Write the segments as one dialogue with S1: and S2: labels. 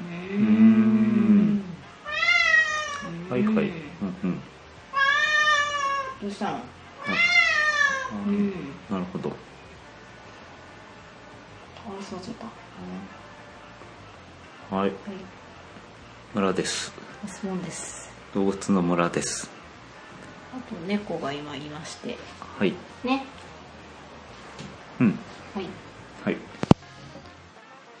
S1: うん
S2: はいはい
S1: うん
S2: うんうん
S1: どうしたの
S2: あ
S1: う
S2: ー
S1: ん
S2: なるほど
S1: 倒れそうちょっとは
S2: はい
S1: い
S2: 村です
S1: お質問です
S2: 動物の村です
S1: あと猫が今いまして
S2: はい
S1: ね
S2: うん
S1: はいはい
S2: はい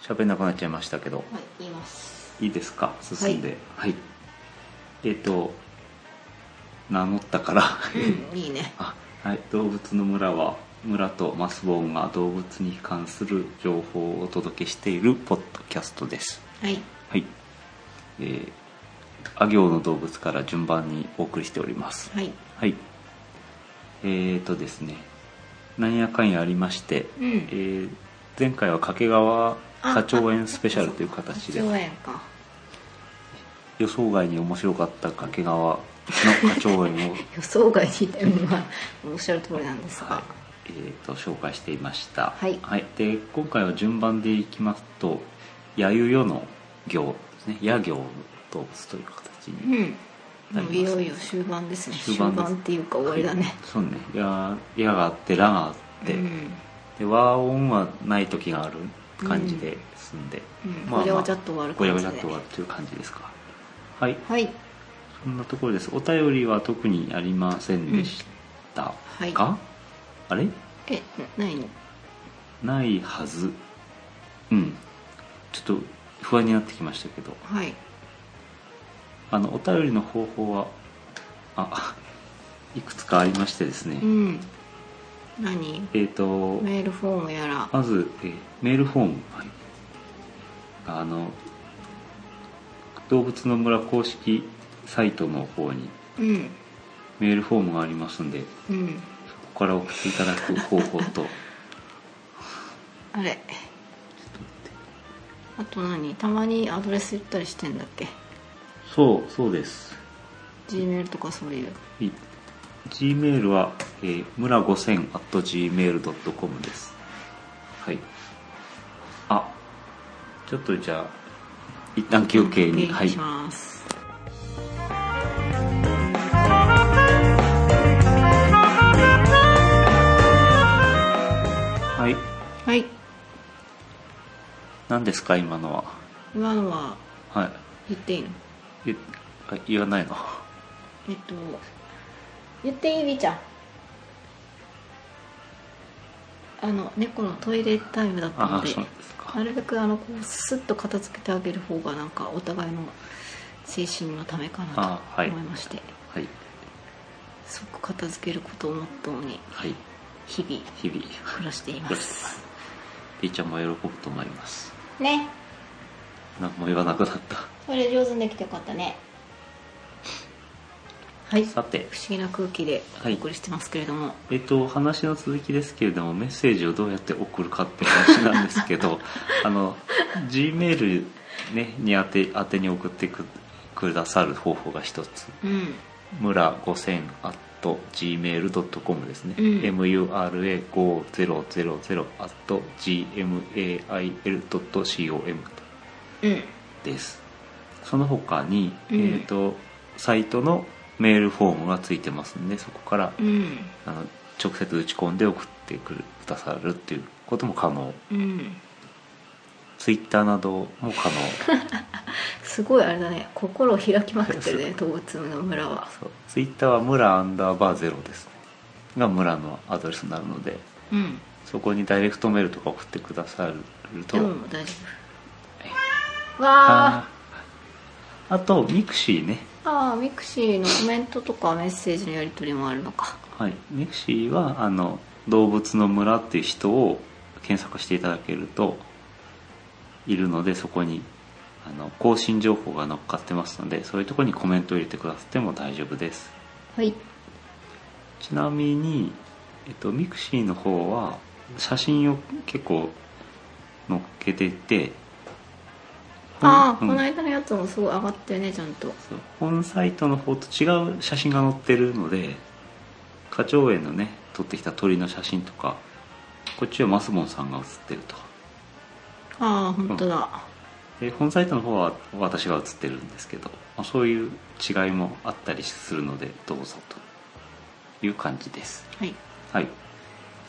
S2: 喋んなくなっちゃいましたけど
S1: 言います
S2: いいですか進んではい、えっ、と名乗ったから
S1: うんいいね
S2: あはい動物の村は村とマスボンが動物に関する情報をお届けしているポッドキャストです
S1: はい
S2: はいえー、あ行の動物から順番にお送りしております
S1: はい
S2: はいえーとですねなんやかんやありまして、
S1: う
S2: え
S1: ん
S2: ー前回は掛川花鳥園スペシャルという形で
S1: 上演か
S2: 予想外に面白かった掛川の花鳥 園を、
S1: 予想外にうんまあおっしゃる通りなんですが
S2: はいえー、と紹介していました、
S1: はい
S2: で今回は順番でいきますと「やゆよ」の行ですね「や行」の動物という形
S1: う
S2: に、
S1: ん
S2: な
S1: も
S2: ります
S1: ういよいよ終盤ですね終
S2: 終盤
S1: 盤
S2: です
S1: っていうか終わりだね、
S2: そうね「や」やがあって「ら」があって、
S1: うん
S2: で和音はない時がある感じで進んで、
S1: うんごちゃごちゃっと終わる
S2: ごちゃ
S1: 感
S2: ごち
S1: じで
S2: ゃっと終わるという感じですかはい
S1: はい
S2: そんなところですお便りは特にありませんでしたが、
S1: はい
S2: あれ
S1: えなないの
S2: ないはずうんちょっと不安になってきましたけど
S1: はい
S2: あのお便りの方法はあいくつかありましてですね、
S1: うん何
S2: えっ、と
S1: メールフォームやら
S2: まず、えーメールフォーム、はいあの動物の村公式サイトの方に
S1: うん
S2: メールフォームがありますんで
S1: うん
S2: そこから送っていただく方法と
S1: あれあと何たまにアドレス言ったりしてんだっけ
S2: そうそうです
S1: G メールとかそういう
S2: G メールは、えー、村5000 gmail.com ですはいあちょっとじゃあ一旦休憩に
S1: お
S2: は
S1: 願い
S2: い
S1: します、
S2: はい
S1: はい
S2: 何ですか今のは
S1: 今のは
S2: はい
S1: 言っていいの
S2: えあ言わないの
S1: えっと言っていいりーちゃんあの猫のトイレタイムだった
S2: あ
S1: の
S2: あ
S1: で
S2: そうですか
S1: なるべくあのこうスッと片付けてあげる方がなんかお互いの精神のためかな
S2: あ
S1: と
S2: はい
S1: 思いまして、
S2: はい
S1: 即片付けることをモットーに
S2: はい
S1: 日々
S2: 日々
S1: 暮らしています
S2: りーちゃんも喜ぶと思います
S1: ね
S2: 何も言わなくなった
S1: それ上手にできてよかったねはい不
S2: さて
S1: 思議な空気で
S2: はい
S1: お送りしてますけれども、
S2: えっと、話の続きですけれどもメッセージをどうやって送るかって話なんですけ どあの G メール、ね、に宛て宛てに送ってくくださる方法が一つ
S1: うん
S2: 村5000 at gmail.com ですね、
S1: うん
S2: mura5000 at gmail.com
S1: うん
S2: ですその他に、
S1: うん
S2: えっとサイトのメールフォームがついてますんでそこから
S1: うん
S2: あの直接打ち込んで送ってくるくださるっていうことも可能
S1: うん
S2: ツイッターなども可 能
S1: すごいあれだね心を開きまくってるね動物の村は
S2: そうツイッターは村アンダーバーゼロですねが村のアドレスになるので
S1: うん
S2: そこにダイレクトメールとか送ってくださると
S1: でももう大丈夫わ
S2: あーあとミクシーね
S1: ーあーミクシーのコメントとかメッセージのやり取りもあるのか
S2: はい、ネクシーはあの動物の村っていう人を検索していただけるといるのでそこにあの更新情報が乗っかってますのでそういうところにコメントを入れてくださっても大丈夫です
S1: はい
S2: ちなみに、えっと、ミクシーの方は写真を結構乗っけていて
S1: ああ、
S2: うん
S1: この間のやつもすごい上がってるねちゃんと
S2: そう本サイトの方と違う写真が載ってるので花鳥園のね撮ってきた鳥の写真とかこっちはマスボンさんが写ってると
S1: ああ本当だ、
S2: で本サイトの方は私が写ってるんですけど、まあそういう違いもあったりするのでどうぞという感じです
S1: はい
S2: はい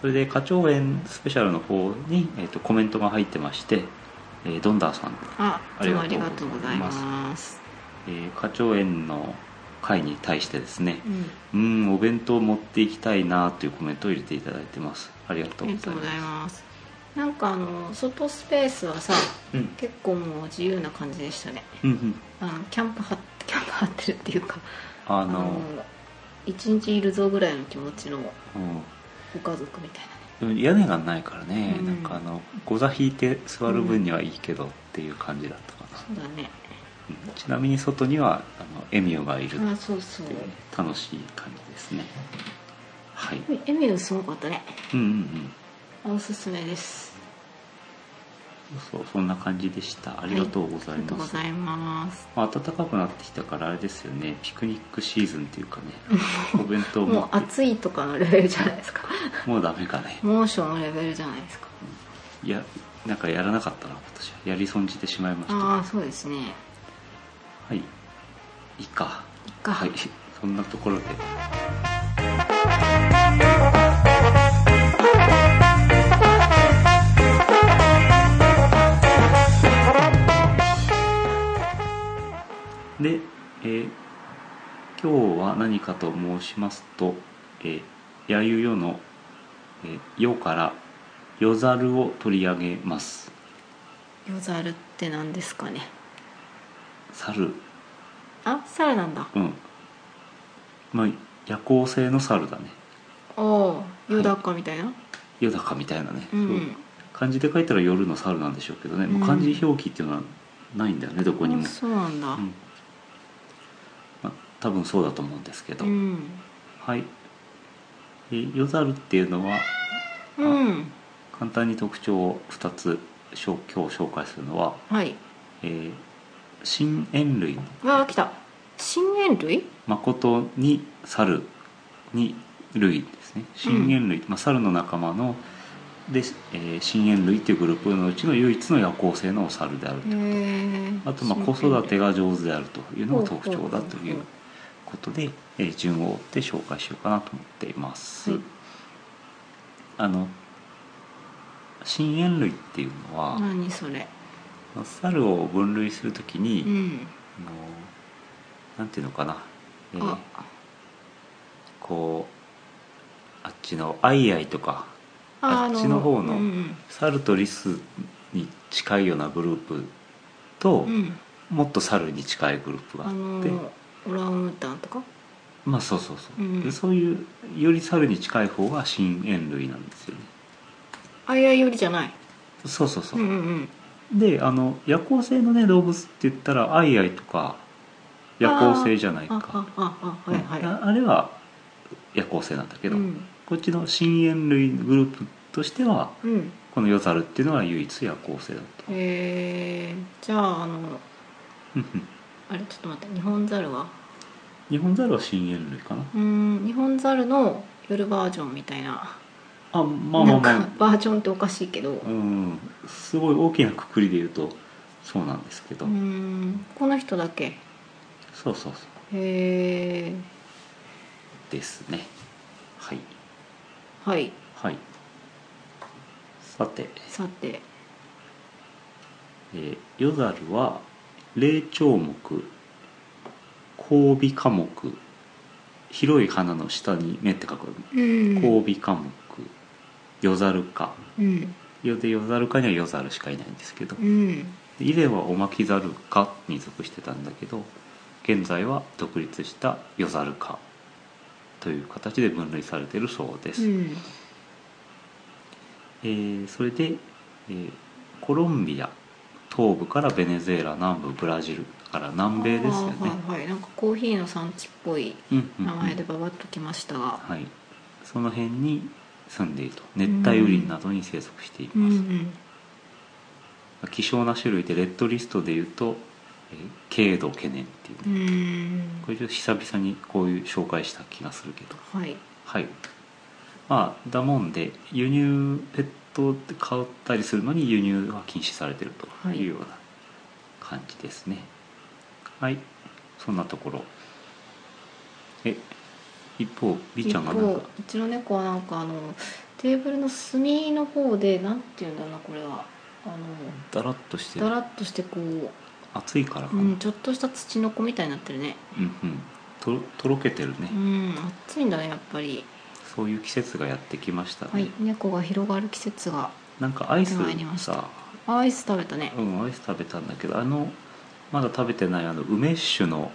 S2: それで花鳥園スペシャルの方に、えー、とコメントが入ってまして、えードンダーさん
S1: あ
S2: あ
S1: ど
S2: り
S1: うも
S2: がとう
S1: ありがとうございます
S2: えー花鳥園の会に対してですね、
S1: うん
S2: うんお弁当持っていきたいなというコメントを入れていただいてますありが
S1: あ
S2: とう
S1: り
S2: ご
S1: がと
S2: ざいうます
S1: ございますなんかあの外スペースはさ
S2: うん
S1: 結構もう自由な感じでしたね
S2: うんうん
S1: あのキャンプは キャンプ張ってるっていうか
S2: あ
S1: あ
S2: の
S1: の一日いるぞぐらいの気持ちのご家族みたい
S2: うん、屋根がないからね、
S1: うん
S2: なんかあのご座引いて座る分にはいいけどっていう感じだったかな、
S1: なねそうだね
S2: うんちなみに外にはあのエミューがいる
S1: あそうそう
S2: っていうね楽しい感じですねはいうん
S1: エミューすごかったね
S2: うんうん
S1: おすすめです
S2: そうそんな感じでしたありがとうござ
S1: あ
S2: い
S1: りがとう
S2: ま
S1: ご
S2: す、
S1: ざいます
S2: まあ暖かくなってきたからあれですよねピクニックシーズンっていうかねお弁当
S1: もう
S2: も
S1: 暑いとかのレベルじゃないですか
S2: もうダメかね
S1: 猛暑のレベルじゃないですか
S2: いやなんかやらなかったな今年はやり損じてしまいました
S1: あ
S2: は
S1: あそうですね
S2: いいいか
S1: いっか
S2: はいそんなところでで、えー今日は何かと申しますと「えー、やゆよ」の「えーよ」から「よざる」を取り上げます
S1: 夜猿って何ですかね
S2: 猿
S1: あ猿なんだ
S2: うんまあ夜行性の猿だね
S1: おお夜高みたいな、
S2: 夜高みたいなね、
S1: うんう
S2: そうん漢字で書いたら夜の猿なんでしょうけどね、もう漢字表記っていうのはないんだよねどこにも
S1: あ、そうなんだ
S2: うんまあ、多分そうだと思うんですけど、
S1: うん
S2: はいえ夜猿っていうのは
S1: うん
S2: 簡単に特徴を2つ紹今日紹介するのは、
S1: はい
S2: えー、新猿類
S1: うわ来た新猿類
S2: 誠に猿に類ですね新猿類、まあ、猿の仲間ので、えー、新猿類っていうグループのうちの唯一の夜行性のお猿である
S1: へえ
S2: あとまあ子育てが上手であるというのが特徴だとい
S1: ほうほうほうほ
S2: う
S1: う
S2: ことで、えー順を追って紹介しようかなと思っています、
S1: はい
S2: あの新猿類っていうのは、
S1: 何それ
S2: 猿を分類するときに、
S1: うん
S2: あのなんていうのかな、えー
S1: あ
S2: こうあっちのアイアイとか
S1: あ
S2: あっちの方の
S1: うんうん
S2: 猿とリスに近いようなグループと、
S1: うん
S2: もっと猿に近いグループがあ
S1: あ
S2: っ
S1: の
S2: て、
S1: オランウータンとか
S2: まあそうそうそう、
S1: うん
S2: でそういうより猿に近い方が新猿類なんですよね
S1: あいあいよりじゃない
S2: そうそうそうう、
S1: んうんうん
S2: であの夜行性のね動物って言ったらアイアイとか夜行性じゃない
S1: あ
S2: か
S1: あああはいはい、
S2: うんああれは夜行性なんだけど、
S1: うん
S2: こっちの新猿類グループとしては
S1: うん
S2: このヨザルっていうのは唯一夜行性だと
S1: えー、じゃああの
S2: うんうん
S1: あれちょっと待って日本ザルは
S2: 日本ザルは新猿類かな
S1: うーん日本ザルの夜バージョンみたいな
S2: あまあまあま
S1: なん
S2: あ
S1: かバージョンっておかしいけどう
S2: うんすごい大きなくくりで言うとそうなんですけど、
S1: ーんこの人だけへ
S2: そうそうそう
S1: え
S2: ですねはい
S1: はい
S2: はいさて、
S1: さて
S2: えー、ヨザルは霊長目交尾科目広い花の下に目って書く
S1: うん
S2: 交尾科目ヨザル科
S1: うん
S2: よでヨザル科にはヨザルしかいないんですけど
S1: うん
S2: 以前はオマキザル科に属してたんだけど現在は独立したヨザル科という形で分類されているそうです、
S1: うん
S2: えーそれで、えーコロンビア東部からベネズエラ南部ブラジルだから南米ですよね、
S1: あーはいはいなんかコーヒーの産地っぽい
S2: うんうんうん
S1: 名前でババッときましたが、
S2: はい、その辺に住んでいると熱帯雨林などに生息しています、
S1: うんうん
S2: 希少な種類でレッドリストでいうと、えー軽度懸念っていう
S1: う
S2: ね、
S1: ん
S2: これちょっと久々にこういう紹介した気がするけど
S1: はい
S2: はいまあだもんで輸入ペットって買ったりするのに輸入は禁止されてると
S1: はい
S2: いうような感じですねはい、そんなところえ一方 B ちゃんがなんか
S1: 一方うちの猫はなんかあのテーブルの隅の方でなんていうんだろうなこれはあの
S2: だらっとして
S1: だ
S2: る
S1: らっとしてこう、
S2: 暑いからか
S1: う
S2: な、うん
S1: ん、ちょっとした土の子みたいになってるね
S2: うんととろけてるね、
S1: うん暑いんだねやっぱり
S2: そういう季節がやってきましたね、
S1: はい猫が広がる季節が
S2: なんかアイス
S1: やってまいりまし
S2: さ
S1: アイス食べたね
S2: うんアイス食べたんだけどあのまだ食べてないあの梅酒の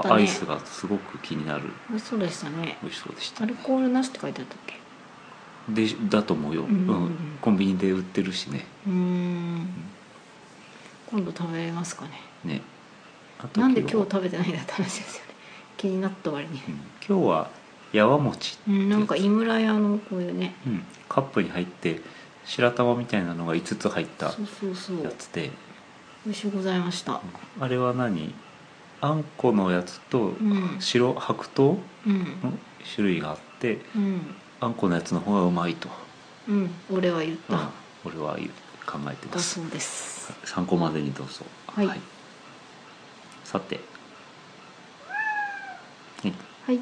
S2: バ
S1: ああっ
S2: ー
S1: た
S2: ア
S1: ね
S2: イスがすごく気になる
S1: 美味しそうでしたね
S2: 美味しそうでした
S1: アルコールなしって書いてあったっけ
S2: でだと思うよ、
S1: うんうんうん
S2: うんコンビニで売ってるしね
S1: うーん今度食べれますかね
S2: ねあと
S1: なんで今日
S2: 日は
S1: 食べてないんだって話ですよね 気になった割に
S2: うん、今日はやわ餅、
S1: うん、なんか井村屋のこういうね
S2: うん、カップに入って白玉みたいなのが5つ入った
S1: そうそうそう
S2: やつで
S1: 美味しゅうございました
S2: あれは何あんこのやつと
S1: うん
S2: 白白桃
S1: うん
S2: の種類があって
S1: うん、
S2: あんこのやつの方がうまいと、
S1: うん、俺は言った、
S2: うん俺は考えてま
S1: だ
S2: す
S1: そうです
S2: 参考までにどうぞ
S1: はい
S2: さて、はい
S1: はい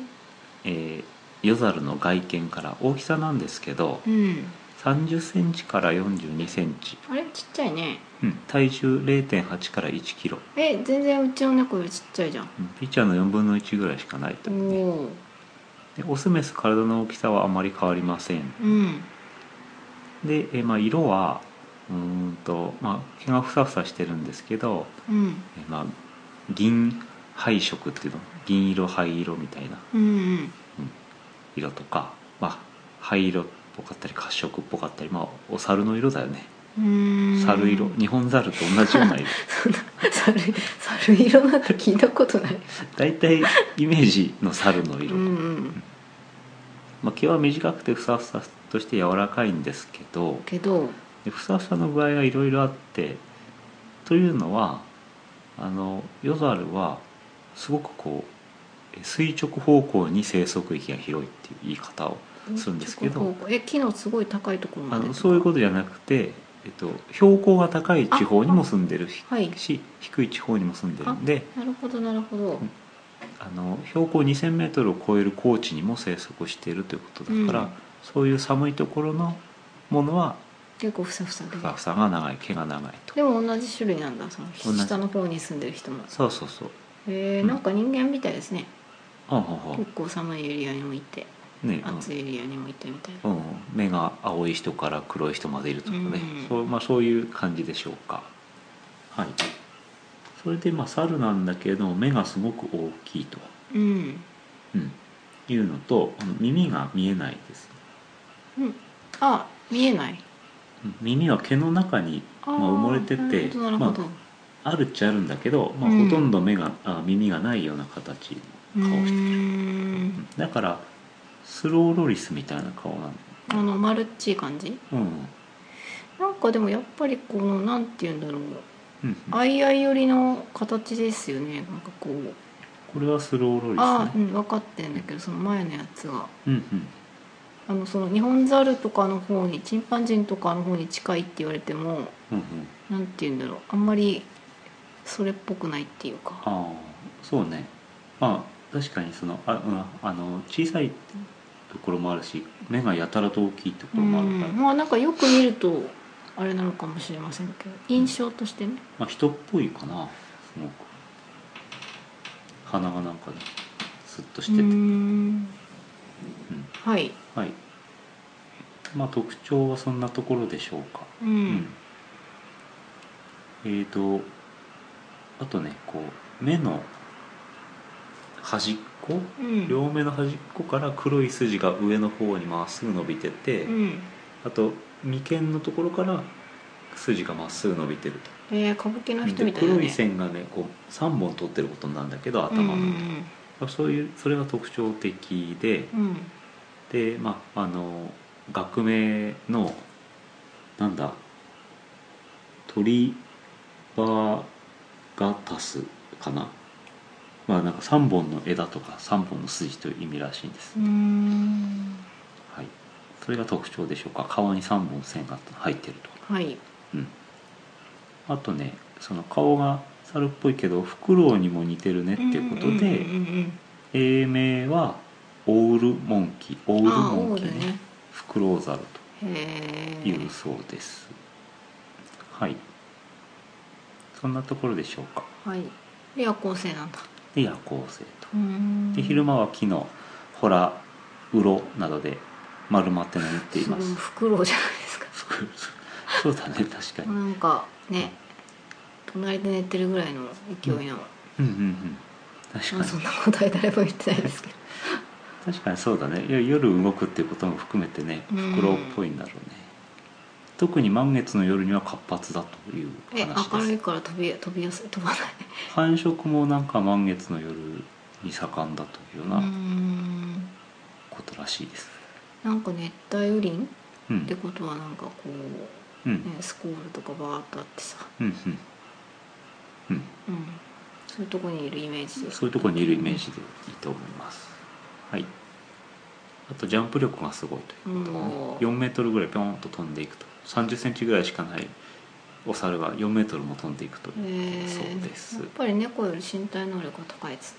S2: えーヨザルの外見から大きさなんですけど
S1: うん
S2: 3 0ンチから4 2ンチ、
S1: あれちっちゃいね
S2: うん、体重0.8から1キロ、
S1: え全然うちの猫よりちっちゃいじゃん
S2: うんピッチャーの4分の1ぐらいしかないと
S1: お
S2: いうね
S1: お
S2: でオスメス体の大きさはあまり変わりません
S1: うん
S2: で、えーまあ、色はうーんと、まあ、毛がふさふさしてるんですけど、
S1: うん
S2: えーまあ、銀灰色っていうの銀色灰色みたいな
S1: うんうん
S2: 色とか、まあ、灰色っぽかったり褐色っぽかったり、まあ、お猿の色だよね
S1: うーん
S2: 猿色日本猿と同じような 色
S1: そんな 猿猿色なんて聞いたことない
S2: 大体イメージの猿の
S1: う
S2: 色、
S1: んうん
S2: まあ、毛は短くてふさふさとして柔らかいんですけど
S1: けど
S2: でふさふさの具合がいろいろあってというのはあのヨザルはすごくこうえ垂直方向に生息域が広いっていう言い方をするんですけど
S1: ここえ木のすごい高いところ
S2: あ
S1: まで
S2: のそういうことじゃなくて、えっと、標高が高い地方にも住んでるし
S1: はい
S2: し低い地方にも住んでるんで
S1: なるほどなるほど
S2: あの標高2 0 0 0ルを超える高地にも生息しているということだから、
S1: うん
S2: そういう寒いところのものは
S1: 結構ふさふさで
S2: ふさふさが長い毛が長いと
S1: でも同じ種類なんだその
S2: 同じ
S1: 下の方に住んでる人も
S2: そうそうそう
S1: え
S2: うん
S1: ー、なんか人間みたいですね、
S2: あああ
S1: 結構寒いエリアにもいて
S2: あねうん
S1: 暑いエリアにもいてみたいな
S2: うん、目が青い人から黒い人までいるとかね、
S1: うん
S2: そうまあ、そういう感じでしょうかはいそれでまあ猿なんだけれども目がすごく大きいと、
S1: うん、
S2: うん、いうのとあの耳が見えないです、
S1: うん、あ見えない
S2: うん耳は毛の中に
S1: あー
S2: まあ、埋もれて
S1: な
S2: て
S1: るほどなるほ
S2: ま
S1: ど、
S2: あ、あるっちゃあるんだけど、まあ、
S1: うん
S2: ほとんど目が、あ耳がないような形
S1: う
S2: の顔してる、
S1: ーん
S2: だからスローロリスみたいな顔なの
S1: あの丸っちい感じ
S2: うん
S1: なんかでもやっぱりこのなんて言うんだろう
S2: うん、
S1: アイアイ寄りの形ですよねなんかこう
S2: これはスローロリス
S1: あ
S2: ね
S1: ーうん分かってんだけどその前のやつが
S2: うんうん
S1: あのその日本猿とかの方にチンパンジーとかの方に近いって言われても
S2: うんうん
S1: なんて言うんだろうあんまりそれっぽくないっていうか
S2: ああそうねまあ確かにそのあ,、うん、あの小さいところもあるし目がやたらと大きいとこ
S1: う
S2: ろ
S1: ん
S2: もあるから、ま
S1: まあなんかよく見るとあれなのかもしれませんけど印象としてね
S2: あ、人っぽいかなすごく鼻がなんかねスッとしてて、
S1: うーん
S2: うん
S1: はい
S2: はいまあ特徴はそんなところでしょうか
S1: う、
S2: うんえーとあとねこう目の端っこ、
S1: うん
S2: 両目の端っこから黒い筋が上の方にまっすぐ伸びてて、
S1: うん
S2: あと眉間のところから筋がまっすぐ伸びてると
S1: えー、歌舞伎の人
S2: で
S1: みたいだね
S2: 黒い線がねこう3本取ってることになるんだけど
S1: うん
S2: 頭の、そういうそれが特徴的で
S1: うんうん
S2: でまああの学名のなんだトリバーガタスかなまあなんか3本の枝とか3本の筋という意味らしいんです、
S1: うんうーん
S2: はい、それが特徴でしょうか顔に3本線が入ってると
S1: はい
S2: あとねその顔が猿っぽいけどフクロウにも似てるねっていうことで、
S1: うんうんうん
S2: 英名はオールモンキーオー
S1: うん
S2: ル
S1: ああ
S2: モ
S1: オ
S2: ン
S1: ー
S2: キー
S1: ル
S2: ね
S1: ね
S2: フクロウザル
S1: へ
S2: と
S1: え
S2: いうそうです、はいそんなところでしょうか
S1: はいで夜行性なんだ
S2: で夜行性と
S1: うーん
S2: で昼間は木のほらうろなどで丸まって眠っています
S1: すごフクロウじゃないですか
S2: フクロウそうだね確かに
S1: なんかね隣で寝てるぐらいの勢いの、
S2: うんうんうん確
S1: まあ
S2: か
S1: そん
S2: に
S1: な答え誰も言ってないですけど
S2: 確かにそうだねいや夜動くっていうことも含めてね
S1: うん
S2: フクロウっぽいんだろうね特に満月の夜には活発だという
S1: え
S2: 話です
S1: 明るいから飛び飛びやすい飛ばない
S2: 繁殖もなんか満月の夜に盛んだというような
S1: うー
S2: んことらしいです。
S1: なんか熱帯雨林っ
S2: うん、
S1: てことはなんかこう、
S2: うん、
S1: ね、スコールとかバーっとあってさ、
S2: うん、うん、うん、
S1: うん、そういうとこにいるイメージです
S2: そういうところにいるイメージでいいと思います。はい。あとジャンプ力がすごいということがね
S1: おー
S2: 4メートルぐらいピョンと飛んでいくと、30センチぐらいしかないお猿が4メートルも飛んでいくというこ
S1: へ
S2: と
S1: ー
S2: だそうです
S1: やっ。ぱり猫より身体能力が高いですね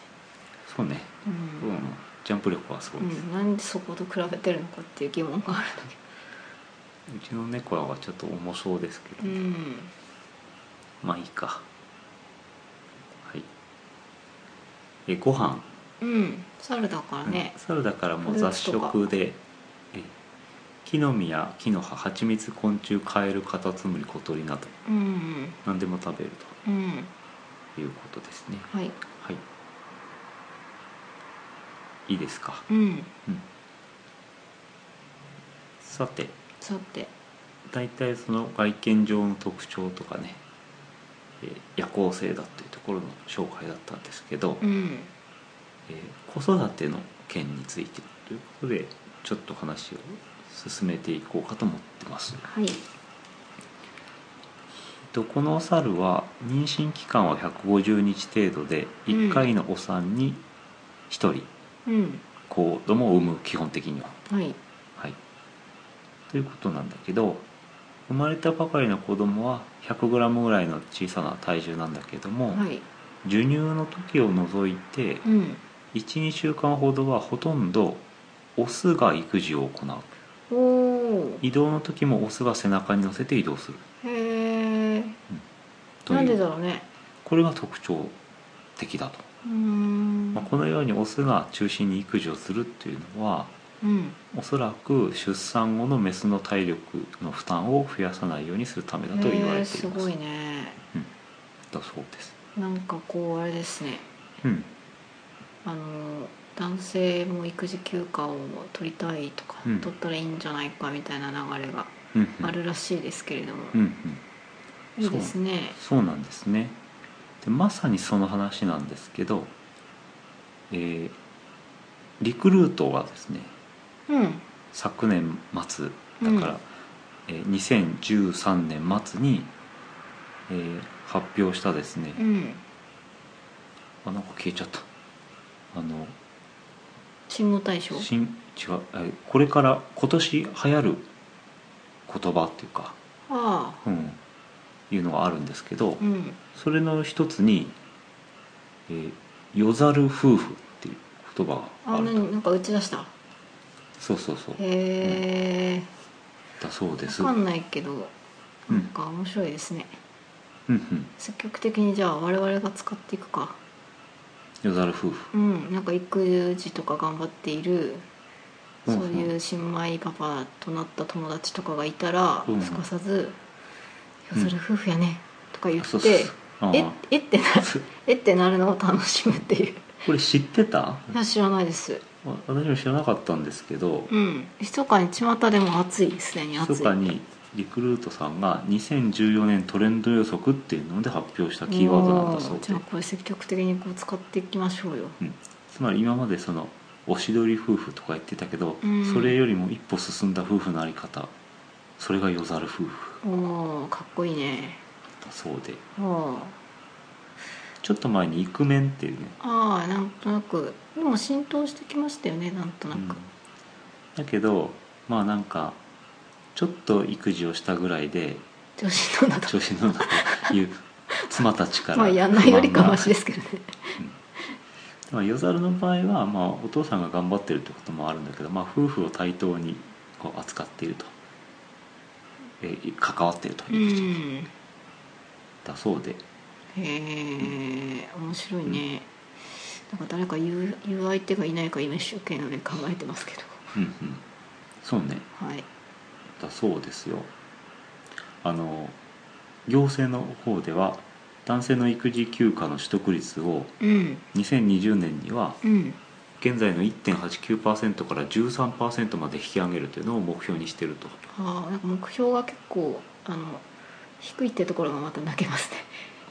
S2: そうね。
S1: う
S2: うん
S1: ん、、
S2: ジャンプ力はすご
S1: う
S2: いです。
S1: ん、なんでそこと比べてるのかっていう疑問があるんだ
S2: うちの猫らはちょっと重そうですけど
S1: けど、う
S2: ね。
S1: ん、
S2: まあいいかはいえご飯
S1: うん、猿だからね、
S2: 猿だからもう
S1: フル
S2: 雑
S1: ーツとか
S2: 食でえ木の実や木の葉蜂蜜昆虫カエルカタツムリ小鳥など
S1: うん、
S2: 何でも食べる
S1: うん、うん、
S2: ということですね
S1: はい、
S2: はいいいですか、
S1: うん、
S2: うん、さて
S1: さて、
S2: 大体その外見上の特徴とかねえ夜行性だというところの紹介だったんですけど、
S1: うん、
S2: えー子育ての件についてということでちょっと話を進めていこうかと思ってます
S1: はい、
S2: どこのお猿は妊娠期間は150日程度で
S1: うん
S2: 1回のお産に1人
S1: うん、
S2: 子供を産む基本的には
S1: はい、
S2: はいということなんだけど生まれたばかりの子供は 100g ぐらいの小さな体重なんだけども、
S1: はい、
S2: 授乳の時を除いて
S1: うん、
S2: 12週間ほどはほとんどオスが育児を行う
S1: おお、
S2: 移動の時もオスが背中に乗せて移動する
S1: へえ、
S2: と
S1: なん
S2: い
S1: で
S2: う
S1: だろうね、
S2: これが特徴的だと、
S1: うーん
S2: まあ、、このようにオスが中心に育児をするっていうのは
S1: うん、
S2: おそらく出産後のメスの体力の負担を増やさないようにするためだと言われ
S1: へー
S2: てい
S1: す
S2: ます,、
S1: ごいね、
S2: だそうです、
S1: なんかこうあれですね、
S2: うん、
S1: あの男性も育児休暇を取りたいとか、
S2: うん
S1: 取ったらいいんじゃないかみたいな流れが
S2: うんうん
S1: あるらしいですけれども、
S2: うんうん
S1: いいですね。
S2: そうなんですねでまさにその話なんですけど、えーリクルートがですね
S1: うん、
S2: 昨年末
S1: う
S2: だ
S1: ん
S2: から、えー2013年末に、えー発表したですね、
S1: うん、
S2: あなんか消えちゃったあの
S1: 信号対象。
S2: 新違うえこれから今年流行る言葉っていうか、
S1: あ
S2: う
S1: あ、
S2: ん、いうのがあるんですけど、
S1: うん、
S2: それの一つに「えーよざる夫婦」っていう言葉が
S1: あ、
S2: あ
S1: な
S2: ると
S1: に、なんか打ち出した。
S2: そうそうそう
S1: へえ、
S2: だそうです。う
S1: わか
S2: ん
S1: んないけど、
S2: うん
S1: なんか面白いですね。
S2: うん、
S1: 積極的にじゃあ、我々が使っていくか。
S2: よざる夫婦
S1: うん、なんか育児とか頑張っている。
S2: う
S1: そ
S2: ん
S1: う
S2: うん
S1: いう新米パパとなった友達とかがいたら、
S2: うんうん
S1: すかさず「
S2: うん
S1: よざる夫婦やね」とか言って「
S2: そうそうそうあ
S1: え
S2: ー
S1: えってなえってなるのを楽しむっていう
S2: これ知ってた
S1: いや知らないです
S2: わ私も知らなかったんですけど
S1: うん密かに巷でも暑いすでに暑い
S2: 密かにリクルートさんが2014年トレンド予測っていうので発表したキーワードなんだそ
S1: お
S2: う
S1: ーじゃあ
S2: で
S1: これ積極的にこう使っていきましょうよ
S2: つまり今までそのおしどり夫婦とか言ってたけど、
S1: うん
S2: それよりも一歩進んだ夫婦のあり方それがよざる夫婦
S1: おーかっこいいね
S2: だそうで
S1: おー
S2: ちょっと前にイクメンっていうね、
S1: ああなんとなくでも浸透してきましたよねなんとな
S2: うん
S1: く、
S2: だけどまあなんかちょっと育児をしたぐらいで
S1: 調子どうだと
S2: 調子乗るという 妻たちから
S1: まあやんないよりかはマシ
S2: れ
S1: ですけどね
S2: まあ、ヨザルの場合は、まあ、お父さんが頑張ってるってこともあるんだけど、まあ、夫婦を対等にこう扱っていると、えー関わっていると
S1: う
S2: いうこと
S1: ん
S2: だそうで、
S1: へえ面白いね、なんか誰か言う言う相手がいないか今一生懸命考えてますけど
S2: うんうん、そうね
S1: はい
S2: だそうですよあの行政の方では男性の育児休暇の取得率を
S1: うん
S2: 2020年には
S1: うん
S2: 現在の1.89%から13%まで引き上げるというのを目標にしていると
S1: ああなんか目標が結構あの低いってところがまた泣けます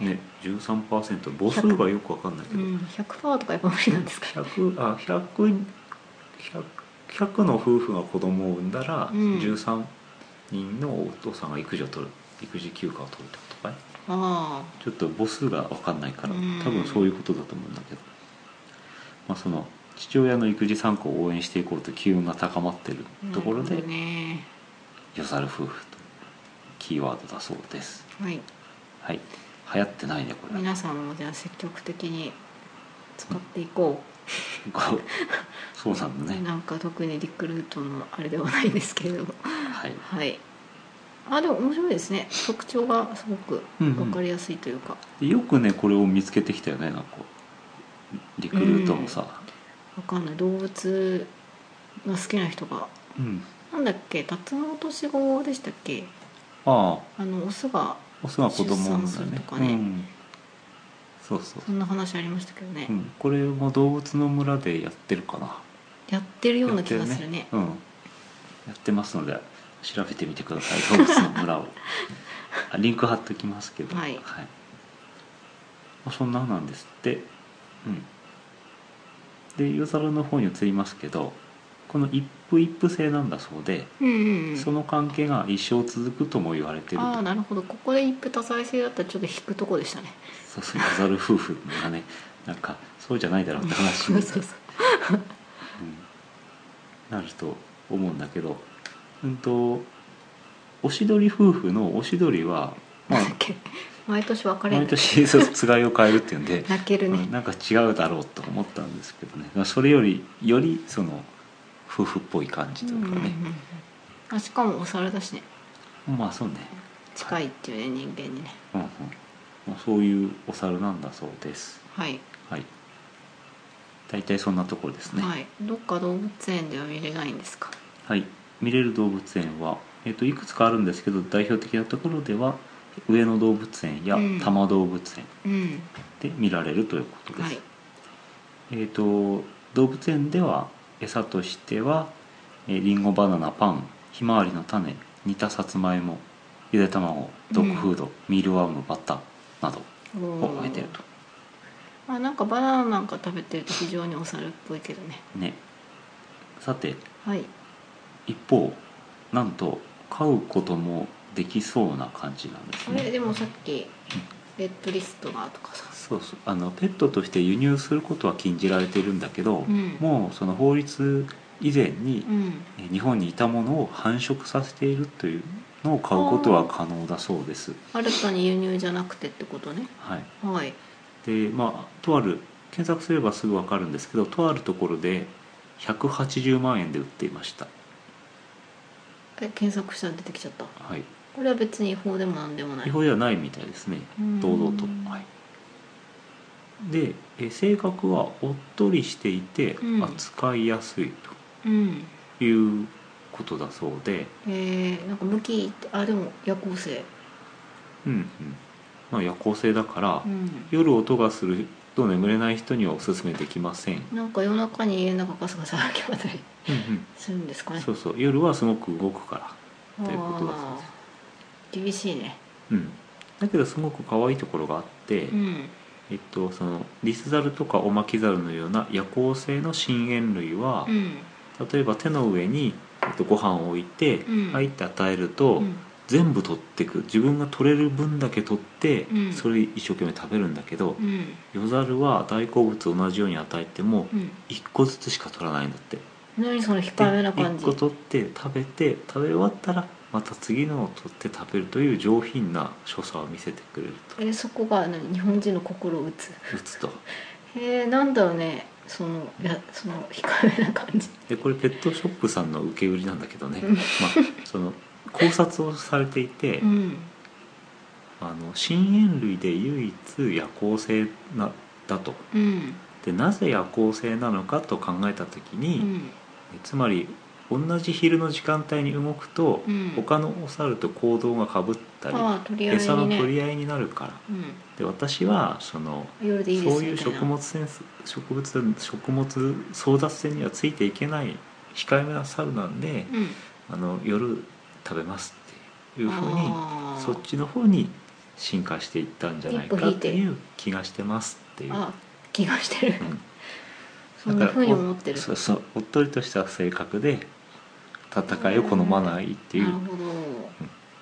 S1: ね、
S2: ね13%母数がよくわかんないけ
S1: う
S2: ど、
S1: ん、100%とかやっぱ無理なんですかね
S2: 100あ100 100 100の夫婦が子供を産んだら、
S1: うん
S2: 13人のお父さんが育児を取る育児休暇を取るってことかい
S1: あ
S2: ちょっと母数が分かんないから
S1: うん
S2: 多分そういうことだと思うんだけど、まあ、その父親の育児参考を応援していこうと機運が高まってる
S1: あ
S2: ところで
S1: なるほどね
S2: 「よさる夫婦」とキーワードだそうです
S1: はい
S2: はい流行ってないねこれ
S1: 皆さんもじゃあ積極的に使っていこ
S2: こうそうなん
S1: う、
S2: だね
S1: なんか特にリクルートのあれではないですけれども
S2: はい
S1: はいあでも面白いですね特徴がすごく
S2: うんうん
S1: 分かりやすいというか、
S2: でよくねこれを見つけてきたよねなんかリクルートもさ、
S1: わかんない動物が好きな人が
S2: うん
S1: なんだっけタツノオトシゴでしたっけ
S2: ああ
S1: あのオスが
S2: オスが子供を産ん
S1: 出産す
S2: だ
S1: る
S2: ね
S1: とかね
S2: うん、そうそう
S1: そんな話ありましたけどね、
S2: うん、これも動物の村でやってるかな
S1: やってるような気
S2: や
S1: が
S2: って
S1: するね
S2: うん、やってますので調べてみてください動物の 村をあリンク貼っときますけど
S1: はい
S2: まあ、そんななんですってうんでユーザルの方に移りますけどこの一夫一夫制なんだそうで、
S1: うんうんうん
S2: その関係が一生続くとも言われてる
S1: ああ
S2: と
S1: なるほどここで一夫多妻制だったらちょっと引くとこでしたね
S2: そうそうユーザル夫婦がねなんかそうじゃないだろうって話に
S1: そうそう
S2: うんなると思うんだけど、うんと、おしどり夫婦のおしどりは、まあ
S1: なんだっけ毎年別れる
S2: 毎年そうつがいを変えるっていうんで、
S1: 泣けるね、
S2: うんなんか違うだろうと思ったんですけどね、まあそれよりよりその夫婦っぽい感じというかね、
S1: うんうんうんあしかもお皿だしね
S2: まあそうね、
S1: 近いっていうね人間にね
S2: うんうん、まあそういうお猿なんだそうです。
S1: はい、
S2: はい。大体そんなところですね。
S1: はいどっか動物園では見れないんですか
S2: はい、見れる動物園は、えっといくつかあるんですけど代表的なところでは上野動物園や
S1: うん
S2: 多摩動物園
S1: うん
S2: で見られるということです、
S1: はい
S2: えっと動物園では餌としてはえーリンゴバナナパンひまわりの種煮たさつまいもゆで卵ドッグフード、ミールワームバターなど
S1: お
S2: をあ
S1: ー
S2: げてると
S1: まあなんかバナナなんか食べてると非常にお猿っぽいけどね
S2: ねさて
S1: はい
S2: 一方なんと飼うこともできそうな感じなんです
S1: あ
S2: ね
S1: れでもさっきレッドリストがとかさ
S2: そうそうあのペットとして輸入することは禁じられてるんだけど、
S1: うん
S2: もうその法律以前に
S1: う、ん
S2: え日本にいたものを繁殖させているというのを買うことは可能だそうです。
S1: 新たに輸入じゃなくてってことね
S2: はい、
S1: はい
S2: でまあとある検索すればすぐ分かるんですけどとあるところで180万円で売っていました。
S1: え検索したら出てきちゃった
S2: はい、
S1: これは別に違法でもなんでもない
S2: 違法ではないみたいですね
S1: うん
S2: 堂々と。はいでえ性格はおっとりしていて
S1: うん
S2: 扱いやすいと。
S1: うん
S2: いうことだそうで、
S1: えー、なんか向きってあでも夜行性
S2: うんうんまあ、夜行性だから、
S1: うん
S2: 夜音がすると眠れない人にはおすすめできません、
S1: なんか夜中に家の中ガサガサ歩き回ったり
S2: うんうん
S1: するんですかね
S2: そうそう夜はすごく動くからということだそうで
S1: あー厳しいね
S2: うん、だけどすごく可愛いところがあって、
S1: うん
S2: えっと、そのリスザルとかオマキザルのような夜行性の深淵類は、
S1: うん
S2: 例えば手の上に、えっと、ご飯を置いて、
S1: うん
S2: はいって与えると、
S1: うん
S2: 全部取ってく自分が取れる分だけ取って、
S1: うん
S2: それ一生懸命食べるんだけど
S1: う、ん
S2: 夜猿は大好物を同じように与えても
S1: うん
S2: 一個ずつしか取らないんだって
S1: 何その控えめな感
S2: 1
S1: じ
S2: 個取って食べて食べ終わったらまた次のを取って食べるという上品な所作を見せてくれると
S1: えそこが何日本人の心を打つ
S2: 打つと
S1: へえなんだろうねそのいやその控えめな感じ
S2: でこれペットショップさんの受け売りなんだけどね、
S1: うん
S2: まあ、その考察をされていて、
S1: うん
S2: あの深淵類で唯一夜行性なだと
S1: うん
S2: でなぜ夜行性なのかと考えた時
S1: う
S2: に、
S1: ん
S2: つまり同じ昼の時間帯に動くと、
S1: うん
S2: 他のお猿と行動がかぶったり、
S1: ああ取り合い
S2: 餌の
S1: にね
S2: 取り合いになるから
S1: う
S2: で私はその
S1: ん、夜でいいです
S2: そういう
S1: みたいな
S2: 食物センス植物食物争奪戦にはついていけない控えめな猿なんで、
S1: うん
S2: あの夜食べますっていうふうに
S1: あー
S2: そっちの方に進化していったんじゃない
S1: 一
S2: か
S1: 歩
S2: っ
S1: 引いて
S2: ていう気がしてますっていう。
S1: あ気がしてる、
S2: うん
S1: そんなふうに思ってる
S2: そうそうおっとりとした性格で戦いを好まないっていう、
S1: なるほど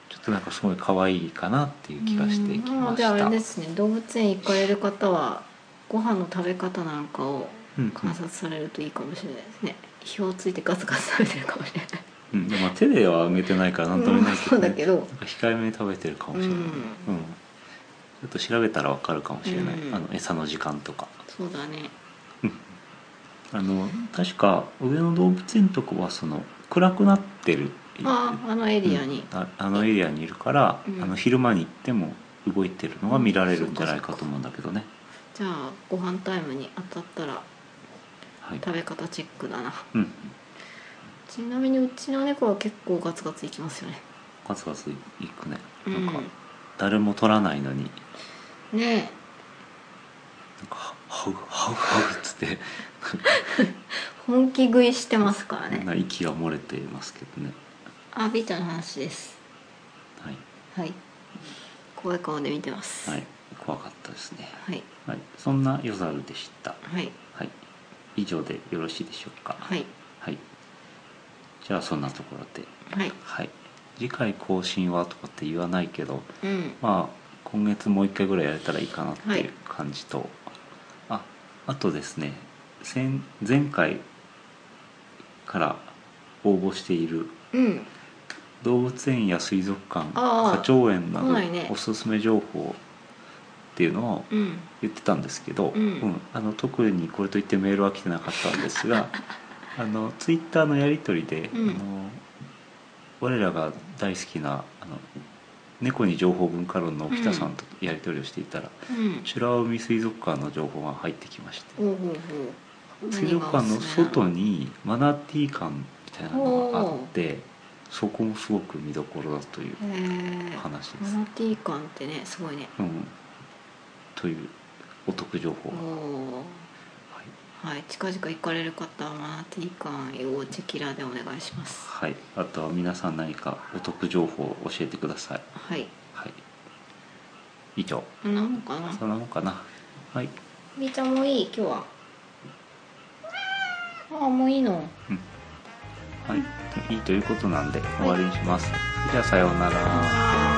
S2: ちょっとなんかすごい可愛いかなっていう気がしてき
S1: うんあ
S2: ま
S1: ー
S2: し
S1: じゃあ
S2: た
S1: あれですね動物園行かれる方はご飯の食べ方なんかを
S2: うんうん
S1: 観察されるといいかもしれないですね意表ついてガツガツ食べてるかもしれない
S2: うんでもまあ手ではあげてないからなんとも言えないけ
S1: そ
S2: ど,、
S1: う
S2: ね
S1: だけど
S2: なんか控えめに食べてるかもしれない、
S1: うん
S2: うんちょっと調べたらわかるかもしれない、
S1: うん
S2: あの餌の時間とか
S1: そうだね
S2: あの確か上野動物園とこはその暗くなってる
S1: あああのエリアに、
S2: うんああのエリアにいるから、
S1: うん
S2: あの昼間に行っても動いてるのが見られるんじゃないかと思うんだけどね、
S1: じゃあご飯タイムに当たったら
S2: はい
S1: 食べ方チェックだな
S2: うん、
S1: ちなみにうちの猫は結構ガツガツいきますよね
S2: ガツガツ行くね
S1: う
S2: なんか
S1: ん
S2: 誰も取らないのになん
S1: ねえ
S2: か「ハウハウハウ」っつって
S1: 本気食いしてますから
S2: みんな
S1: ね
S2: 息が漏れていますけどね
S1: あビーちゃんの話です
S2: はい、
S1: はい怖い顔で見てます
S2: はい、怖かったですね
S1: はい
S2: はいそんな夜猿でした
S1: はい
S2: はい以上でよろしいでしょうか
S1: はい
S2: はい、じゃあそんなところで
S1: はい
S2: はい次回更新はとかって言わないけど
S1: うん
S2: まあ今月もう一回ぐらいやれたらいいかなって
S1: はいいう
S2: 感じと、ああとですね先前回から応募している
S1: うん
S2: 動物園や水族館
S1: あー
S2: 花鳥園など
S1: 来ないね
S2: おすすめ情報っていうのを
S1: うん
S2: 言ってたんですけど、
S1: うん
S2: あの特にこれといってメールは来てなかったんです があのツイッターのやり取りで、
S1: うん
S2: あの我らが大好きなあの猫に情報文化論の北さんとやり取りをしていたら、
S1: うん
S2: 美ら海水族館の情報が入ってきまして
S1: おうおうおう
S2: 水族館の外
S1: に
S2: にマナーティー館みたいなのがあってそこもすごく見どころだという
S1: へえ
S2: 話で
S1: マ
S2: す。
S1: ナティー館ってねすごいね
S2: うん、というお得情報
S1: お
S2: が、はい
S1: おはい近々行かれる方はマナティー館要チェキラでお願いします
S2: はい、あとは皆さん何かお得情報を教えてください。
S1: はい
S2: はい。以上、
S1: こんなもんかな
S2: そんなもんかな。はい。
S1: みーちゃんもいい今日はああもういいの
S2: はい、いいということなんで終わりにします。じゃあさようなら。
S1: あー